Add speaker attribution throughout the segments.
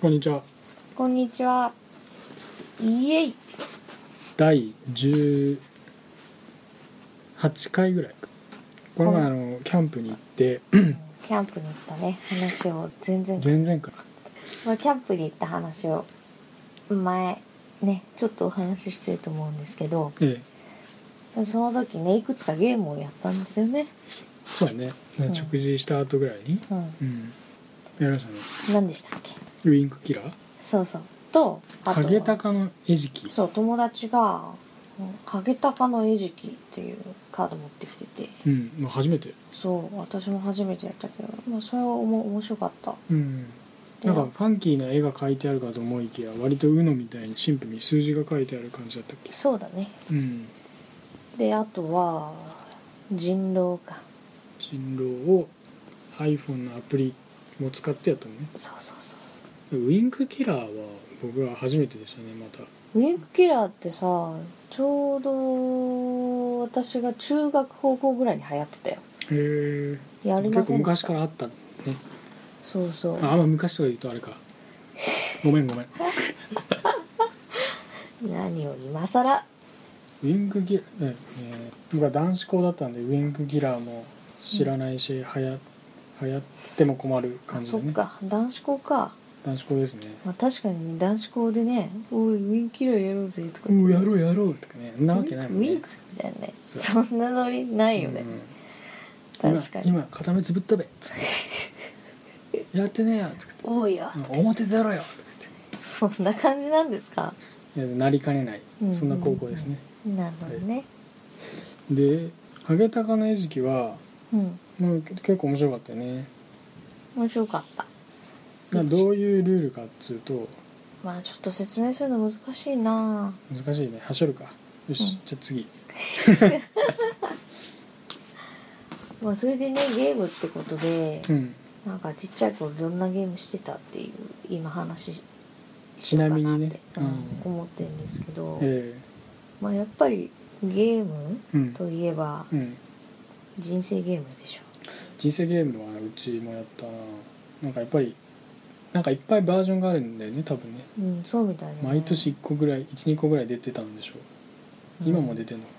Speaker 1: こんにちは
Speaker 2: こんにちは。イエイ。
Speaker 1: 第18回ぐらいかこの前あのキャンプに行って
Speaker 2: キャンプに行ったね話を全然
Speaker 1: 前々回
Speaker 2: まあキャンプに行った話を前ねちょっとお話ししてると思うんですけど
Speaker 1: ええ
Speaker 2: その時ねいくつかゲームをやったんですよね。
Speaker 1: そうやね、
Speaker 2: ん
Speaker 1: 食事した後ぐらいに
Speaker 2: うん。
Speaker 1: うんやりましたね
Speaker 2: 何でしたっけ。
Speaker 1: ウインクキラー
Speaker 2: そうそう。とあ
Speaker 1: ハ
Speaker 2: と
Speaker 1: ゲタ
Speaker 2: は
Speaker 1: カの餌食
Speaker 2: そう友達がうんハゲタカの餌食っていうカード持ってきてて。
Speaker 1: うんもう初めて
Speaker 2: そう私も初めてやったけど、まあ、それはおも面白かった
Speaker 1: うん
Speaker 2: で
Speaker 1: なんかファンキーな絵が描いてあるかと思いきや割と UNO みたいにシンプルに数字が書いてある感じだったっけ
Speaker 2: そうだね
Speaker 1: うん
Speaker 2: であとは人狼か
Speaker 1: 人狼を iPhone のアプリも使ってやったのね
Speaker 2: そうそうそうそう
Speaker 1: ウインクキラーは僕は初めてでしたねまた
Speaker 2: ウィンクキラーってさちょうど私が中学高校ぐらいに流行ってたよ
Speaker 1: へえ
Speaker 2: やりま
Speaker 1: 結構
Speaker 2: せんで
Speaker 1: 昔
Speaker 2: した
Speaker 1: からあったね
Speaker 2: そうそう
Speaker 1: ああんま昔とか言うとあれかごめんごめん
Speaker 2: 何を今更
Speaker 1: ウインクギラー、ねえー僕は男子校だったんでウインクギラーも知らないし、はや流行っても困る
Speaker 2: あ
Speaker 1: 感じ
Speaker 2: そ
Speaker 1: で
Speaker 2: っ
Speaker 1: ね
Speaker 2: か男子校か、
Speaker 1: 男子校ですね
Speaker 2: まあ、確かに男子校でね「おいウィンクキラーやろうぜ」とか
Speaker 1: うんや
Speaker 2: う
Speaker 1: ろうやろうとかねんなわけないもん
Speaker 2: ウィン
Speaker 1: ね
Speaker 2: クみたいなね
Speaker 1: そ
Speaker 2: そんなノリないよね、
Speaker 1: うん
Speaker 2: 確か
Speaker 1: 今
Speaker 2: に
Speaker 1: 今片目つぶったべっつってやってねえよ つって
Speaker 2: 「おいや
Speaker 1: うん表出ろよとか言っ」
Speaker 2: そんな感じなんですか
Speaker 1: ていやなりかねない、
Speaker 2: うん
Speaker 1: そんな高校ですね、
Speaker 2: なるほどね、
Speaker 1: でハゲタカの餌食は
Speaker 2: うん
Speaker 1: もう結構面白かったよね
Speaker 2: 面白かった
Speaker 1: などういうルールかっつうと
Speaker 2: まあちょっと説明するの難しいな
Speaker 1: 難しいねはしょるかよし、
Speaker 2: うん
Speaker 1: じゃあ次
Speaker 2: まあそれでねゲームってことで、
Speaker 1: うん
Speaker 2: なんかちっちゃい頃どんなゲームしてたっていう今話し
Speaker 1: ちなみにね
Speaker 2: しようかなってうん思ってるんですけど、
Speaker 1: え
Speaker 2: まあやっぱりゲーム
Speaker 1: えうん、
Speaker 2: といえば
Speaker 1: うん、
Speaker 2: 人生ゲームでしょ
Speaker 1: 人生ゲームはうちもやったななんかやっぱりなんかいっぱいバージョンがあるんだよね多分ね
Speaker 2: うんそうみたいな、ね、
Speaker 1: 毎年1個ぐらい12個ぐらい出てたんでしょう今も出てんのか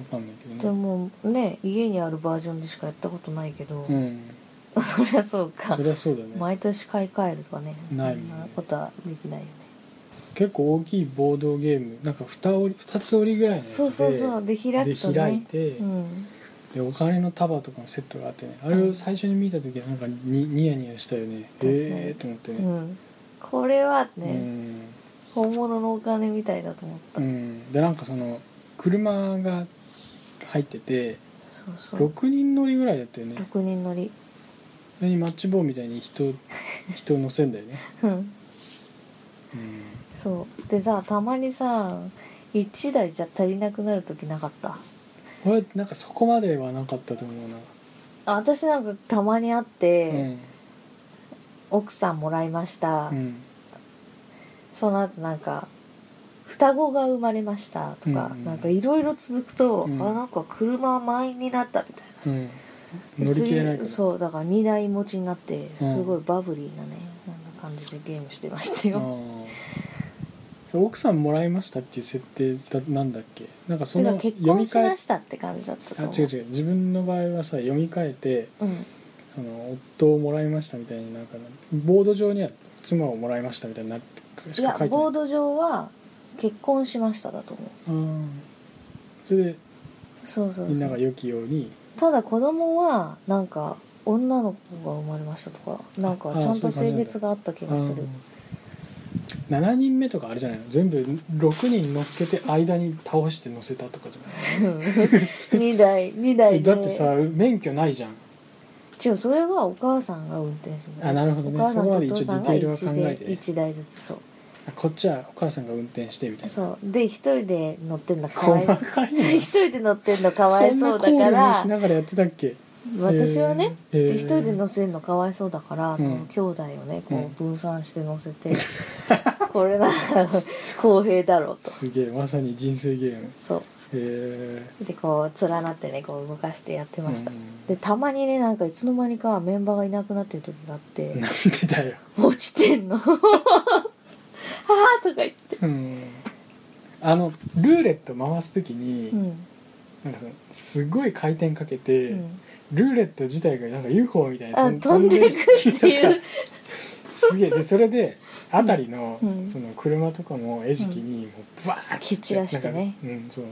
Speaker 1: なわかんないけ
Speaker 2: で
Speaker 1: どね
Speaker 2: もね家にあるバージョンでしかやったことないけど、
Speaker 1: うん
Speaker 2: そりゃそうか
Speaker 1: そりゃそうだよね
Speaker 2: 毎年買い替えるとかね
Speaker 1: ない
Speaker 2: そんなことはできないよね
Speaker 1: 結構大きいボードゲームなんか 2, 折り二つ折りぐらいのやつで
Speaker 2: そうそうそうで開
Speaker 1: で
Speaker 2: くとね
Speaker 1: 開いて、
Speaker 2: うん
Speaker 1: でお金の束とかのセットがあってねあれを最初に見た時はなんかにニヤニヤしたよね
Speaker 2: 確かに
Speaker 1: ええー、と思って
Speaker 2: う
Speaker 1: ね、
Speaker 2: ん、これは
Speaker 1: う
Speaker 2: ね、
Speaker 1: ん
Speaker 2: 本物のお金みたいだと思っ
Speaker 1: う
Speaker 2: た、
Speaker 1: ん、でなんかその車が入ってて
Speaker 2: そうそう
Speaker 1: 6人乗りぐらいだったよね
Speaker 2: 6人乗り
Speaker 1: それにマッチ棒みたいに 人人を乗せんだよね、
Speaker 2: うん
Speaker 1: うん、
Speaker 2: そうでさたまにさ1台じゃ足りなくなる時なかった
Speaker 1: これなんかそこまではなかったと思うな、
Speaker 2: あ私なんかたまにあって、奥さんもらいました、
Speaker 1: うん、うん、
Speaker 2: その後なんか双子が生まれましたとか、
Speaker 1: うん
Speaker 2: なんかいろいろ続くと、
Speaker 1: うん
Speaker 2: あなんか車満員になったみたいな
Speaker 1: うん、乗り切れないか
Speaker 2: つ
Speaker 1: ら
Speaker 2: いそうだから2台持ちになってす
Speaker 1: うん
Speaker 2: ごいバブリーなね、なんか感じでゲームしてましたよ、
Speaker 1: あーそう奥さんもらいましたっていう設定だなんだっけなんかそ
Speaker 2: それ
Speaker 1: の
Speaker 2: が
Speaker 1: 読
Speaker 2: 結
Speaker 1: み
Speaker 2: 婚し
Speaker 1: 替え
Speaker 2: ましたって感じだったと
Speaker 1: あ
Speaker 2: 思う
Speaker 1: 違う違う自分の場合はさ読み替えて
Speaker 2: うん、
Speaker 1: その夫をもらいましたみたいになんかボード上には妻をもらいましたみたいになって
Speaker 2: い
Speaker 1: しか
Speaker 2: や
Speaker 1: 書いてない
Speaker 2: ボード上は結婚しましただと思
Speaker 1: あーそれで
Speaker 2: うそうそうそう
Speaker 1: みんなが良きように
Speaker 2: ただ子供はなんか女の子が生まれましたとかなんか
Speaker 1: あ
Speaker 2: ちゃん
Speaker 1: そうい
Speaker 2: と
Speaker 1: う感じ
Speaker 2: 性
Speaker 1: なんだ
Speaker 2: 別があった気がする
Speaker 1: あー7人目とかあれじゃないの全部6人乗っけて間に倒して乗せたとかじゃな
Speaker 2: 2台2
Speaker 1: い
Speaker 2: 台で
Speaker 1: だってさ免許ないじゃん
Speaker 2: 違うそれはお母さんが運転する
Speaker 1: あなるほどね
Speaker 2: お母さん
Speaker 1: そこ
Speaker 2: と
Speaker 1: ま
Speaker 2: お
Speaker 1: で一応
Speaker 2: 父さんが
Speaker 1: ディテールは考えてね
Speaker 2: 1台ずつそう
Speaker 1: あこっちはお母さんが運転してみたいな
Speaker 2: そうで一人で乗ってんのかわい
Speaker 1: 細かいな
Speaker 2: 一人で乗ってんのかわいそ
Speaker 1: んな
Speaker 2: うだか
Speaker 1: 考慮も
Speaker 2: ら
Speaker 1: しながらやってたっけ
Speaker 2: 私はね、
Speaker 1: えーえー
Speaker 2: で一人で乗せるのかわいそうだから、
Speaker 1: うん
Speaker 2: 兄弟をねこう分散して乗せて、こ これなら公平だろうと
Speaker 1: すげえまさに人生ゲームへ
Speaker 2: そ
Speaker 1: え
Speaker 2: うでこう連なってねこう動かしてやってました、
Speaker 1: うん
Speaker 2: でたまにねなんかいつの間にかメンバーがいなくなってる時があって、
Speaker 1: なんでだよ
Speaker 2: 落ちてんの あーとか言って
Speaker 1: うんあのルーレット回す時に、
Speaker 2: うん、
Speaker 1: なんかそのすごい回転かけて、
Speaker 2: うん、
Speaker 1: ルーレット自体がなんか UFO みたいに
Speaker 2: あ飛んでくってい
Speaker 1: 飛んで
Speaker 2: う
Speaker 1: きたすげえでそれで辺りの,、
Speaker 2: うん
Speaker 1: その車とかも餌食にもうバーッ
Speaker 2: 蹴散らしてね
Speaker 1: なんかうん、その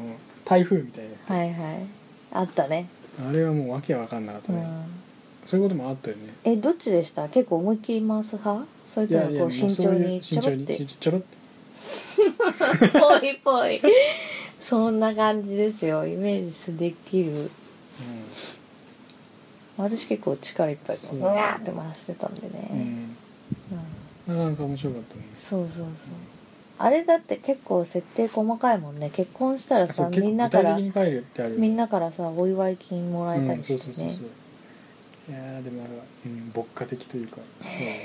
Speaker 1: 台風みたいな
Speaker 2: はいはいあったね
Speaker 1: あれはもうわけわかんなかった
Speaker 2: う
Speaker 1: ね、
Speaker 2: ん
Speaker 1: そういうこともあったよね
Speaker 2: えどっちでした結構思いっきり回す派それ
Speaker 1: い
Speaker 2: と
Speaker 1: や
Speaker 2: も
Speaker 1: いや
Speaker 2: こ
Speaker 1: も
Speaker 2: う
Speaker 1: う
Speaker 2: 慎
Speaker 1: そ
Speaker 2: 重
Speaker 1: ういう
Speaker 2: にちょろって
Speaker 1: 慎重にちょろって
Speaker 2: ぽいぽいそんな感じですよイメージできる私結構力いっぱい
Speaker 1: そう
Speaker 2: うわーって回してたんでね、
Speaker 1: うん、うん
Speaker 2: うん
Speaker 1: なかなか面白かったね
Speaker 2: そうそうそうあれだって結構設定細かいもんね結婚したら
Speaker 1: あそ
Speaker 2: さ
Speaker 1: う結
Speaker 2: み
Speaker 1: 構
Speaker 2: んな
Speaker 1: 具
Speaker 2: か
Speaker 1: 体
Speaker 2: ら
Speaker 1: 的に帰るってあるよ
Speaker 2: みんなからさお祝い金もらえたりしてね、
Speaker 1: うん、そうそうそうそういやーでもあれは、うん、牧歌的という か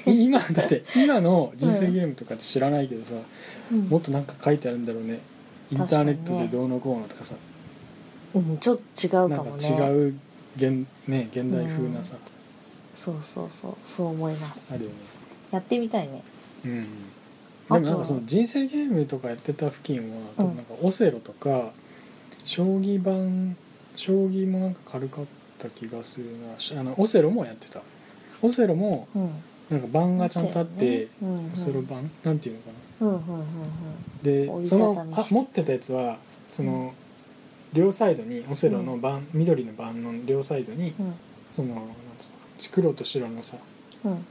Speaker 1: そう今だって今の人生ゲームとかって知らないけどさ、
Speaker 2: うん
Speaker 1: もっとなんか書いてあるんだろうねインターネットでどうのこうのとかさ
Speaker 2: うん、ちょっと違う
Speaker 1: な
Speaker 2: か
Speaker 1: ん
Speaker 2: も
Speaker 1: か
Speaker 2: ね
Speaker 1: 違う現,、ね、現代風なさ、
Speaker 2: そうそうそうそう思います
Speaker 1: あるよね
Speaker 2: やってみたいね
Speaker 1: うん
Speaker 2: あと
Speaker 1: でもなんかその人生ゲームとかやってた付近は、
Speaker 2: うん
Speaker 1: なんかオセロとか将棋盤将棋もなんか軽かった気がするなしあのオセロもやってたオセロも
Speaker 2: うん
Speaker 1: なんか盤がちゃんとあって、
Speaker 2: うんうん、
Speaker 1: その版なんていうのかな
Speaker 2: うんうんうん折
Speaker 1: で
Speaker 2: り
Speaker 1: そ
Speaker 2: たたみ
Speaker 1: のあ持ってたやつはその、両サイドにオセロの盤、緑の盤の両サイドに
Speaker 2: うんうん
Speaker 1: そのなんつうの黒と白のさ
Speaker 2: うん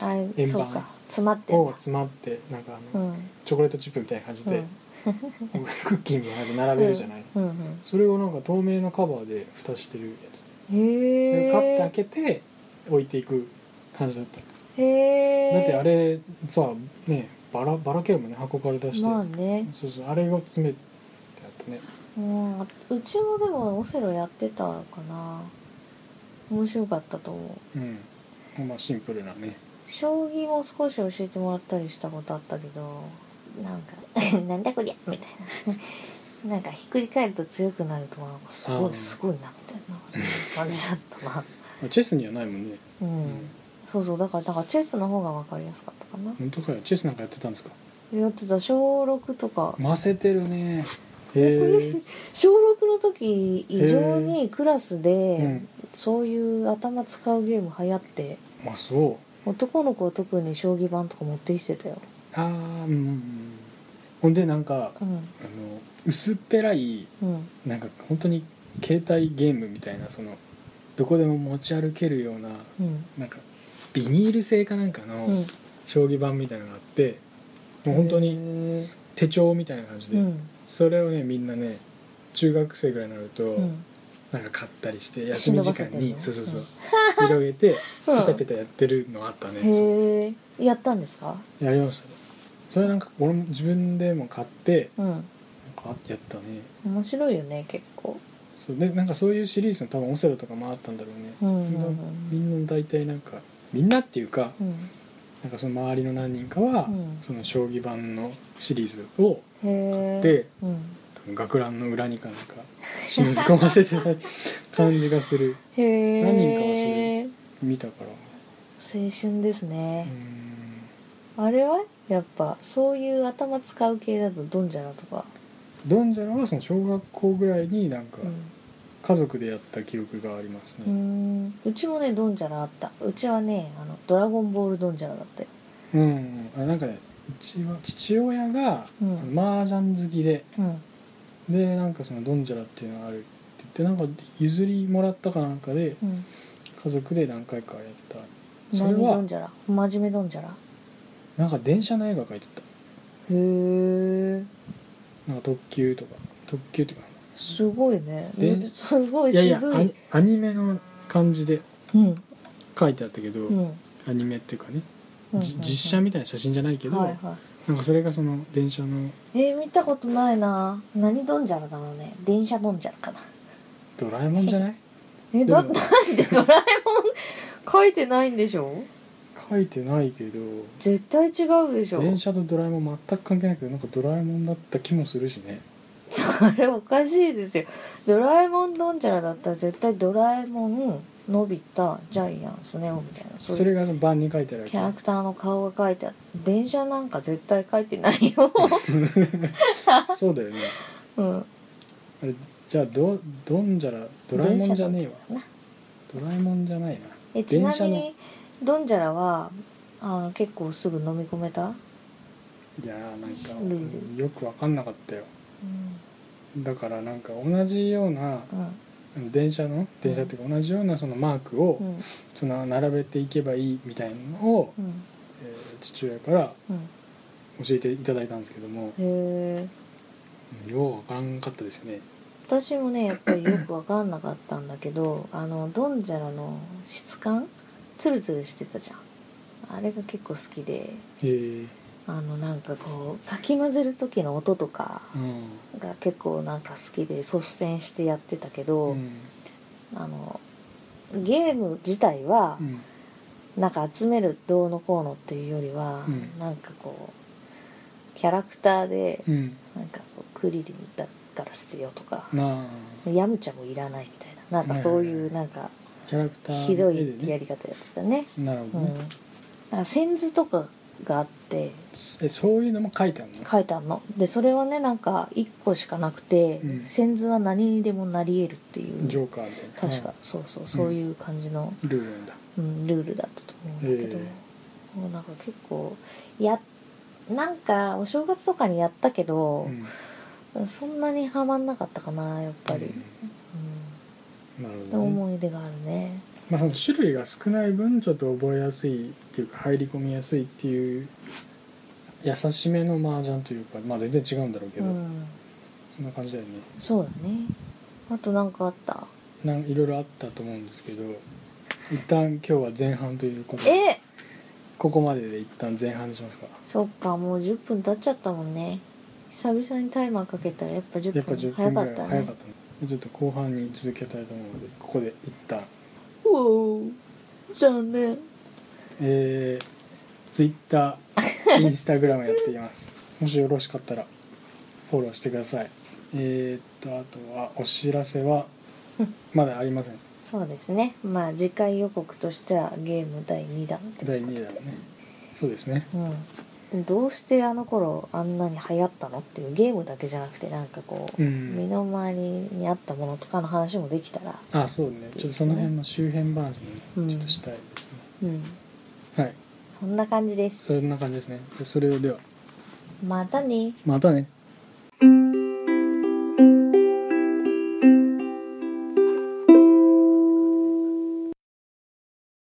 Speaker 2: あれ
Speaker 1: 円盤
Speaker 2: そうか詰まってん
Speaker 1: を
Speaker 2: だ
Speaker 1: 詰まってなんかあ
Speaker 2: う
Speaker 1: の、
Speaker 2: ん
Speaker 1: チョコレートチップみたいな感じ
Speaker 2: う
Speaker 1: で
Speaker 2: ん、
Speaker 1: クッキーみたいな感じで並べるじゃない、
Speaker 2: うんうん
Speaker 1: それをなんか透明のカバーで蓋してるやつ
Speaker 2: へ
Speaker 1: で
Speaker 2: え
Speaker 1: カッて開けて置いていく感じだった、
Speaker 2: へえ
Speaker 1: だってあれさねバラバラけるもんね箱から出して、
Speaker 2: まあね、
Speaker 1: そうそうあれを詰めてあったね
Speaker 2: うん、うちもでもオセロやってたかな面白かったと思う
Speaker 1: うんまあシンプルなね
Speaker 2: 将棋も少し教えてもらったりしたことあったけどなんか なんだこりゃみたいな なんかひっくり返ると強くなるとはす
Speaker 1: あ
Speaker 2: ご
Speaker 1: ー
Speaker 2: いすごいなみたいな感じだった な
Speaker 1: まあチェスにはないもんね
Speaker 2: うんそうそうだからだからチェスの方が分かりやすかったかな
Speaker 1: 本当かよチェスなんかやってたんですか
Speaker 2: やってた小6とか
Speaker 1: ませてるね へ
Speaker 2: 小6の時異常にクラス
Speaker 1: え
Speaker 2: で
Speaker 1: うん
Speaker 2: そういう頭使うゲーム流行って
Speaker 1: まあそう
Speaker 2: 男の子は特に将棋盤とか持ってきてたよ
Speaker 1: あーうんうんうんほんでなんかあ
Speaker 2: う
Speaker 1: の
Speaker 2: ん
Speaker 1: 薄っぺらい
Speaker 2: うん
Speaker 1: なんか本当に携帯ゲームみたいなそのどこでも持ち歩けるような
Speaker 2: うん
Speaker 1: なんかビニール製かなんか
Speaker 2: う
Speaker 1: の
Speaker 2: ん
Speaker 1: 将棋盤みたいなのがあって、もう本当
Speaker 2: へ
Speaker 1: に手帳みたいな感じで、
Speaker 2: うん
Speaker 1: それをねみんなね中学生ぐらいになると、
Speaker 2: うん
Speaker 1: なんか買ったりして休み時間に
Speaker 2: 忍ば
Speaker 1: そ
Speaker 2: せ
Speaker 1: う
Speaker 2: て
Speaker 1: そう
Speaker 2: んの
Speaker 1: そう広げてペ
Speaker 2: うん
Speaker 1: タペタやってるのあったね、そう
Speaker 2: へえやったんですか
Speaker 1: やりましたねそれなんか俺も自分でも買って
Speaker 2: うん
Speaker 1: なんかやったね
Speaker 2: 面白いよね結構
Speaker 1: そうでなんかそういうシリーズの多分オセロとかもあったんだろうね、
Speaker 2: うんうん
Speaker 1: みんな大体なんかみんなっていうか
Speaker 2: うん
Speaker 1: なんかその周りの何人かは、
Speaker 2: うん
Speaker 1: その将棋盤のシリーズを
Speaker 2: うんへえ
Speaker 1: で
Speaker 2: うん
Speaker 1: 多分学ランの裏にかなんか忍び込ませてた感じがする
Speaker 2: へえ
Speaker 1: 何人かはそれ見たから
Speaker 2: 青春です
Speaker 1: う
Speaker 2: ね、
Speaker 1: ん
Speaker 2: あれはやっぱそういう頭使う系だとドンジャラとか、
Speaker 1: ドンジャラはその小学校ぐらいになんか
Speaker 2: うん
Speaker 1: 家族でやった記憶があります
Speaker 2: う
Speaker 1: ね、
Speaker 2: んうちもねドンジャラあったうちはねあのドラゴンボールドンジャラだったよ
Speaker 1: うんうんあなんかねうちは父親が
Speaker 2: うん
Speaker 1: 麻雀好きで
Speaker 2: うん
Speaker 1: でなんかそのドンジャラっていうのがあるって言ってなんか譲りもらったかなんかで
Speaker 2: うん
Speaker 1: 家族で何回かやったそれ
Speaker 2: 何ド
Speaker 1: は
Speaker 2: ンジャラ真面目ドンジャラへ
Speaker 1: なんか電車の絵が描いてた
Speaker 2: え
Speaker 1: なんか特急とか特急とか
Speaker 2: すごいね
Speaker 1: です
Speaker 2: ごい
Speaker 1: いや
Speaker 2: 渋い
Speaker 1: いやアニアニメの感じで
Speaker 2: うん
Speaker 1: 書いてあったけど、
Speaker 2: うん
Speaker 1: アニメっていうかね、
Speaker 2: うん
Speaker 1: じ実写みたいな写真じゃないけど、
Speaker 2: はいは
Speaker 1: なんかそれがその電車の
Speaker 2: いえー見たことないな何ドンジャラだろうね電車ドンジャラかな
Speaker 1: ドラえもんじゃない
Speaker 2: えだ
Speaker 1: でも
Speaker 2: なんでドラえもん書いてないんでしょ
Speaker 1: 書いてないけど
Speaker 2: 絶対違うでしょ
Speaker 1: 電車とドラえもん全く関係ないけどなんかドラえもんだった気もするしね
Speaker 2: それおかしいですよドラえもんどんちゃらだったら絶対ドラえもんのび太ジャイアンスネ夫みたいな
Speaker 1: そ
Speaker 2: そうい
Speaker 1: れが
Speaker 2: う
Speaker 1: 版に書いてあるわ
Speaker 2: キ
Speaker 1: け
Speaker 2: ャラクターの顔が書いてあって電車なんか絶対書いてないよ、
Speaker 1: そうだよね
Speaker 2: うん、
Speaker 1: あれじゃあどどんじゃらドラえもんじゃねえわ
Speaker 2: 電車なんていうのかな
Speaker 1: ドラえもんじゃないな
Speaker 2: えちな
Speaker 1: 電車
Speaker 2: み
Speaker 1: の
Speaker 2: にドンジャラはあの結構すぐ飲み込めた、
Speaker 1: いやーなんか
Speaker 2: ルー
Speaker 1: よく分かんなかったよ
Speaker 2: う
Speaker 1: だからなんか同じようなん電車の電車っていうか同じようなそのマークを
Speaker 2: うん
Speaker 1: その並べていけばいいみたいなのを、
Speaker 2: うん
Speaker 1: えー父親から
Speaker 2: うん
Speaker 1: 教えていただいたんですけども
Speaker 2: へえ
Speaker 1: よう分からんかったですね
Speaker 2: 私もねやっぱりよく分かんなかったんだけどあのドンジャラの質感ツルツルしてたじゃんあれが結構好きで
Speaker 1: へえ
Speaker 2: あのなんかこうかき混ぜる時の音とか
Speaker 1: うん
Speaker 2: が結構なんか好きで率先してやってたけ
Speaker 1: う
Speaker 2: ど、
Speaker 1: ん
Speaker 2: あのゲーム自体は
Speaker 1: うん
Speaker 2: なんか集めるどうのこうのっていうよりは、
Speaker 1: うん
Speaker 2: なんかこうキャラクターで
Speaker 1: うん
Speaker 2: なんかこうクリリンだから捨てようとか、
Speaker 1: なあ
Speaker 2: ヤムチャもいらないみたいななんかそういうなんか
Speaker 1: キャラクタ
Speaker 2: ひ
Speaker 1: ー
Speaker 2: ど
Speaker 1: の絵で
Speaker 2: いや
Speaker 1: ね
Speaker 2: り方やってたね。
Speaker 1: なる
Speaker 2: う
Speaker 1: ほ
Speaker 2: ん、
Speaker 1: どね、
Speaker 2: なんか線図とかがあって
Speaker 1: えそういうのも書いてあるの
Speaker 2: 書いてあるのでそれはねなんか1個しかなくて、
Speaker 1: うん
Speaker 2: 線図は何にでもなり得るっていう
Speaker 1: ジョーカーみたいな
Speaker 2: 確か、そうそうそういう感じの、
Speaker 1: ルールなんだ
Speaker 2: うん、ルールだったと思うんだけど、
Speaker 1: へ
Speaker 2: もうなんか結構やなんかお正月とかにやったけど、
Speaker 1: ん
Speaker 2: そんなにはまんなかったかなやっぱり、うん
Speaker 1: なる
Speaker 2: で
Speaker 1: ほど、ね
Speaker 2: 思い出があるね
Speaker 1: まあ、その種類が少ない分ちょっと覚えやすいっていうか入り込みやすいっていう優しめの麻雀というか、まあ、全然違うんだろうけ
Speaker 2: う
Speaker 1: ど、
Speaker 2: ん
Speaker 1: そんな感じだよね
Speaker 2: そうだねあとなんかあった
Speaker 1: なんいろいろあったと思うんですけど一旦今日は前半ということで
Speaker 2: え
Speaker 1: ここまでで一旦前半にしますか
Speaker 2: そっかもう10分経っちゃったもんね久々にタイマーかけたらやっぱ
Speaker 1: や
Speaker 2: 10
Speaker 1: っぱ
Speaker 2: 分
Speaker 1: 10
Speaker 2: 早
Speaker 1: 分ぐ
Speaker 2: からっ
Speaker 1: い
Speaker 2: た
Speaker 1: 早
Speaker 2: ね
Speaker 1: かったねちょっと後半に続けたいと思うのでここで一旦
Speaker 2: おお残念
Speaker 1: えー、Twitter インスタグラムやっています もしよろしかったらフォローしてくださいえー、っとあとはお知らせ はまだありません
Speaker 2: そうですねまあ次回予告としてはゲーム第2弾って
Speaker 1: 第2弾ねそうですね
Speaker 2: うん、どうしてあの頃あんなに流行ったのっていうゲームだけじゃなくてなんかこう、
Speaker 1: うん
Speaker 2: 身の回りにあったものとかの話もできたら、
Speaker 1: あそうねちょっとその辺の周辺話もねちょっとしたいですね、
Speaker 2: うん、
Speaker 1: はい
Speaker 2: そんな感じです
Speaker 1: そんな感じですねでそれをでは
Speaker 2: またね
Speaker 1: またね
Speaker 3: 「